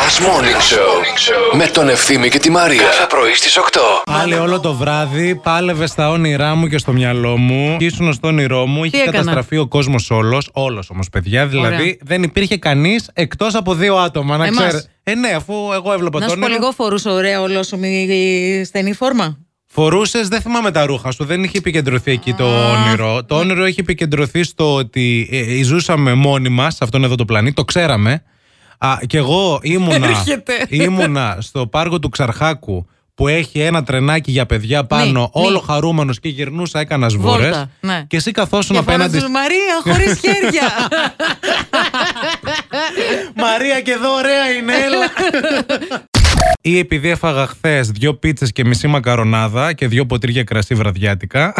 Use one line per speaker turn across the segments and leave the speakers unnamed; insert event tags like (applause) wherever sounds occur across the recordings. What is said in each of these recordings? Last Morning Show με τον Ευθύμη και τη Μαρία. Κάθε πρωί στις 8.
Πάλι όλο το βράδυ πάλευε στα όνειρά μου και στο μυαλό μου. Και ήσουν στο όνειρό μου. Είχε
έκανα?
καταστραφεί ο κόσμος όλος. Όλος όμως, παιδιά. Δηλαδή
Ωραία.
δεν υπήρχε κανείς εκτός από δύο άτομα. Να
Εμάς.
ξέρει. Ε, ναι, αφού εγώ έβλεπα
Να
τον
σου πω
όνειρο.
λίγο φορούσε ωραία ολόσωμη στενή φόρμα.
Φορούσες, δεν θυμάμαι τα ρούχα σου. Δεν είχε επικεντρωθεί εκεί το όνειρο.
ναι.
Το όνειρο είχε επικεντρωθεί στο ότι ε, ε, ζούσαμε μόνοι μας σε αυτόν εδώ το πλανήτη. Το ξέραμε. Α, και εγώ ήμουνα,
Έρχεται.
ήμουνα στο πάρκο του Ξαρχάκου που έχει ένα τρενάκι για παιδιά πάνω,
ναι.
όλο χαρούμενος και γυρνούσα, έκανα
Βόλτα,
βόρε.
ναι.
Και εσύ καθόσουν
Και
απέναντι.
φώναζε, Μαρία,
(laughs)
χωρίς χέρια.
Μαρία και εδώ ωραία είναι, έλα. Ή επειδή έφαγα χθες δύο πίτσες και μισή μακαρονάδα και δύο ποτήρια κρασί βραδιάτικα.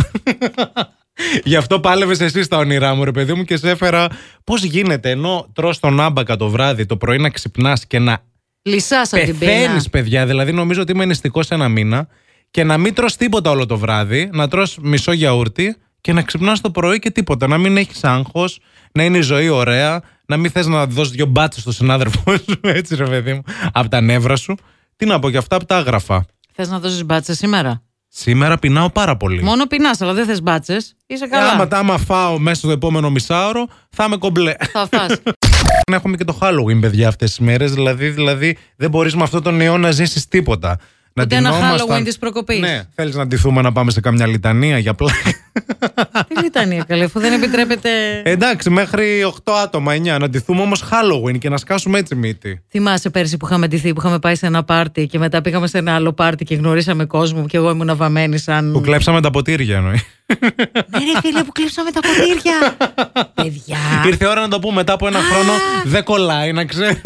Γι' αυτό πάλευες εσύ στα όνειρά μου, ρε παιδί μου, και σε έφερα. Πώς γίνεται ενώ τρώ τον άμπακα το βράδυ, το πρωί να ξυπνάς και να
Λυσάς από την πένα.
πεθαίνεις, παιδιά. Δηλαδή, νομίζω ότι είμαι νηστικό ένα μήνα και να μην τρως τίποτα όλο το βράδυ, να τρως μισό γιαούρτι και να ξυπνάς το πρωί και τίποτα. Να μην έχεις άγχος, να είναι η ζωή ωραία, να μην θες να δώσεις δύο μπάτσες στον συνάδελφό σου, (laughs) έτσι ρε παιδί μου, από τα νεύρα σου. Τι να πω και αυτά από τα άγραφα.
Θες να δώσεις μπάτσες σήμερα.
Σήμερα πεινάω πάρα πολύ.
Μόνο πεινάς, αλλά δεν θες μπάτσες. Είσαι
Ε, Άμα,
καλά.
τα- άμα φάω μέσα στο επόμενο μισάωρο, θα είμαι κομπλέ.
Θα φας.
(laughs) Να έχουμε και το Halloween, παιδιά, αυτές τις μέρες. Δηλαδή, δηλαδή, δεν μπορείς με αυτόν τον ιό να ζήσεις τίποτα. Να
Ούτε ένα
ντυνόμασταν-
Halloween της προκοπής.
Ναι, θέλεις να ντυθούμε να πάμε σε καμιά λιτανία για πλάκα.
(laughs) Τι ήταν η καλή, αφού δεν επιτρέπεται.
Εντάξει, μέχρι 8 άτομα, 9. Να ντυθούμε όμως Halloween και να σκάσουμε έτσι μύτη.
Θυμάσαι πέρσι που είχαμε ντυθεί, που είχαμε πάει σε ένα πάρτι και μετά πήγαμε σε ένα άλλο πάρτι και γνωρίσαμε κόσμο και εγώ ήμουν βαμμένη σαν.
Που κλέψαμε τα ποτήρια εννοεί.
Ναι, ρε φίλε, που κλείψαμε τα
(laughs)
ποτήρια. Παιδιά.
Ήρθε η ώρα να το πούμε μετά από ένα χρόνο. Δεν κολλάει, να ξέρεις.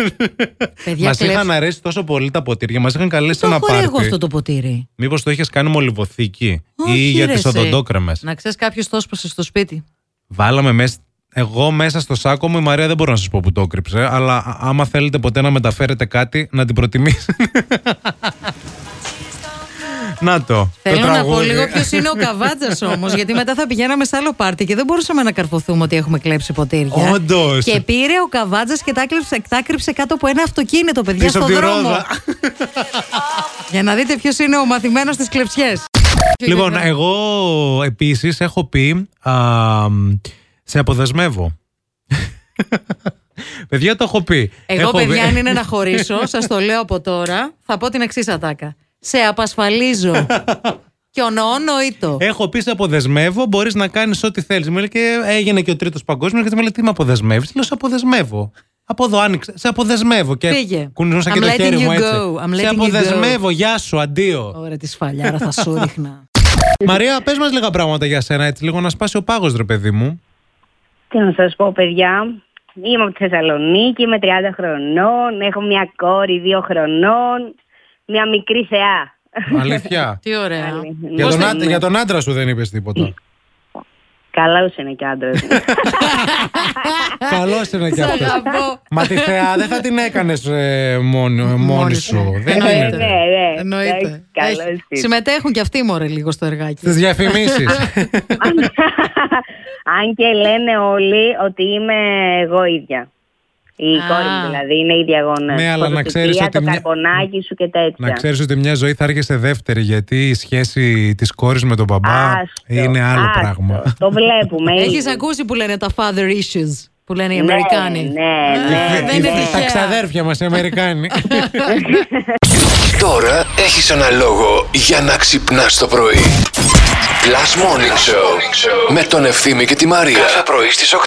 Παιδιά,
Μα είχαν
κλέψ-
αρέσει τόσο πολύ τα ποτήρια. Μας είχαν καλέσει σε
Το
ένα
χωρί εγώ αυτό
πάρτι.
το ποτήρι.
Μήπως το είχες κάνει μολυβοθήκη ή
Όχι,
για
ρε,
τις
εσύ.
οδοντόκρεμες.
Να ξέρεις, κάποιος το έσπασε στο σπίτι.
Βάλαμε μέσα. Εγώ μέσα στο σάκο μου, η Μαρία δεν μπορώ να σας πω που το κρύψε, αλλά α- άμα θέλετε ποτέ να μεταφέρετε κάτι, να την
(laughs)
προτιμήσετε. να το.
Θέλω
το
να πω
τραγούδι. Ε,
λίγο ποιος είναι ο
(laughs)
καβάτζας όμως, γιατί μετά θα πηγαίναμε σε άλλο πάρτι και δεν μπορούσαμε να καρφωθούμε ότι έχουμε κλέψει ποτήρια.
Όντως.
Και πήρε ο καβάτζας και τα κλέψε, τα κρύψε κάτω από ένα αυτοκίνητο, παιδιά,
Πίσω
στον
από τη
δρόμο. (laughs)
ρόδα.
Για να δείτε ποιος είναι ο μαθημένος στις κλεψιές.
(laughs) λοιπόν, εγώ επίσης έχω πει. Α, σε αποδεσμεύω. (laughs) παιδιά, το έχω πει.
Εγώ,
Έχω πει-
παιδιά,
(laughs)
αν είναι να χωρίσω, σας το λέω από τώρα, θα πω την εξής ατάκα. Σε
(laughs)
απασφαλίζω. και ονοονοείτο.
Έχω πει σε αποδεσμεύω, μπορείς να κάνεις ό,τι θέλεις. Μου λέει και έγινε και ο τρίτος παγκόσμιος και μου λέει τι με αποδεσμεύεις. Λέω σε αποδεσμεύω. Από εδώ άνοιξε. Σε αποδεσμεύω. Και
Φύγε.
κουνούσα και
I'm
το
letting
χέρι
you
μου έτσι.
go. Oh. I'm
Σε
letting you
αποδεσμεύω. Γεια σου, αντίο.
Ωραία, τη σφαλιάρα θα σου ρίχνα.
Μαρία, πες μας λίγα πράγματα για σένα έτσι. Λίγο να σπάσει ο πάγος, ρε παιδί
(laughs)
μου.
Τι να σας πω παιδιά, είμαι από τη Θεσσαλονίκη, είμαι 30 χρονών, έχω μια κόρη 2 χρονών, μια μικρή θεά.
Αλήθεια.
Τι ναι. Ε. ωραία.
Άλλη. ναι.
για,
Πώς
τον
δεν
άντρα,
είναι.
για τον άντρα σου δεν είπες τίποτα.
Καλά ούσε είναι και
(laughs)
άντρας.
Καλός είναι κι
Σ'
αυτός.
αγαπώ.
Μα τη θεά δεν θα την έκανες μόνη, μόνη σου. δεν
Εννοείται.
γίνεται.
ναι, ναι.
Εννοείται.
Εντάξει, καλώς
Έχει-
ήρθες.
Συμμετέχουν και αυτοί μωρέ λίγο στο εργάκι.
Στις διαφημίσεις.
(laughs)
(laughs)
Αν και λένε όλοι ότι είμαι εγώ ίδια. Η
Α.
κόρη μου δηλαδή, είναι η ίδια γόνα.
Ναι, αλλά να ξέρεις ότι
Το
μια-
καρπονάκι σου και
Να
τέτοια.
ξέρεις ότι μια ζωή θα άρχεσαι δεύτερη, γιατί η σχέση της κόρης με τον μπαμπά
Άστο,
είναι άλλο
άστο.
πράγμα.
Το
(laughs)
βλέπουμε.
Έχεις
ήδη.
ακούσει που λένε τα father issues που λένε οι
Ναι,
Αμερικάνοι.
ναι, ναι,
Α,
ναι.
Ε, Δεν είναι
Τα
Τα
τυχαία.
ξαδέρφια μας οι
(laughs)
Αμερικάνοι.
Τώρα έχεις ένα λόγο για να ξυπνάς το πρωί. Last Morning Show με τον Ευθύμη και τη Μαρία. Κάθε πρωί στις 8.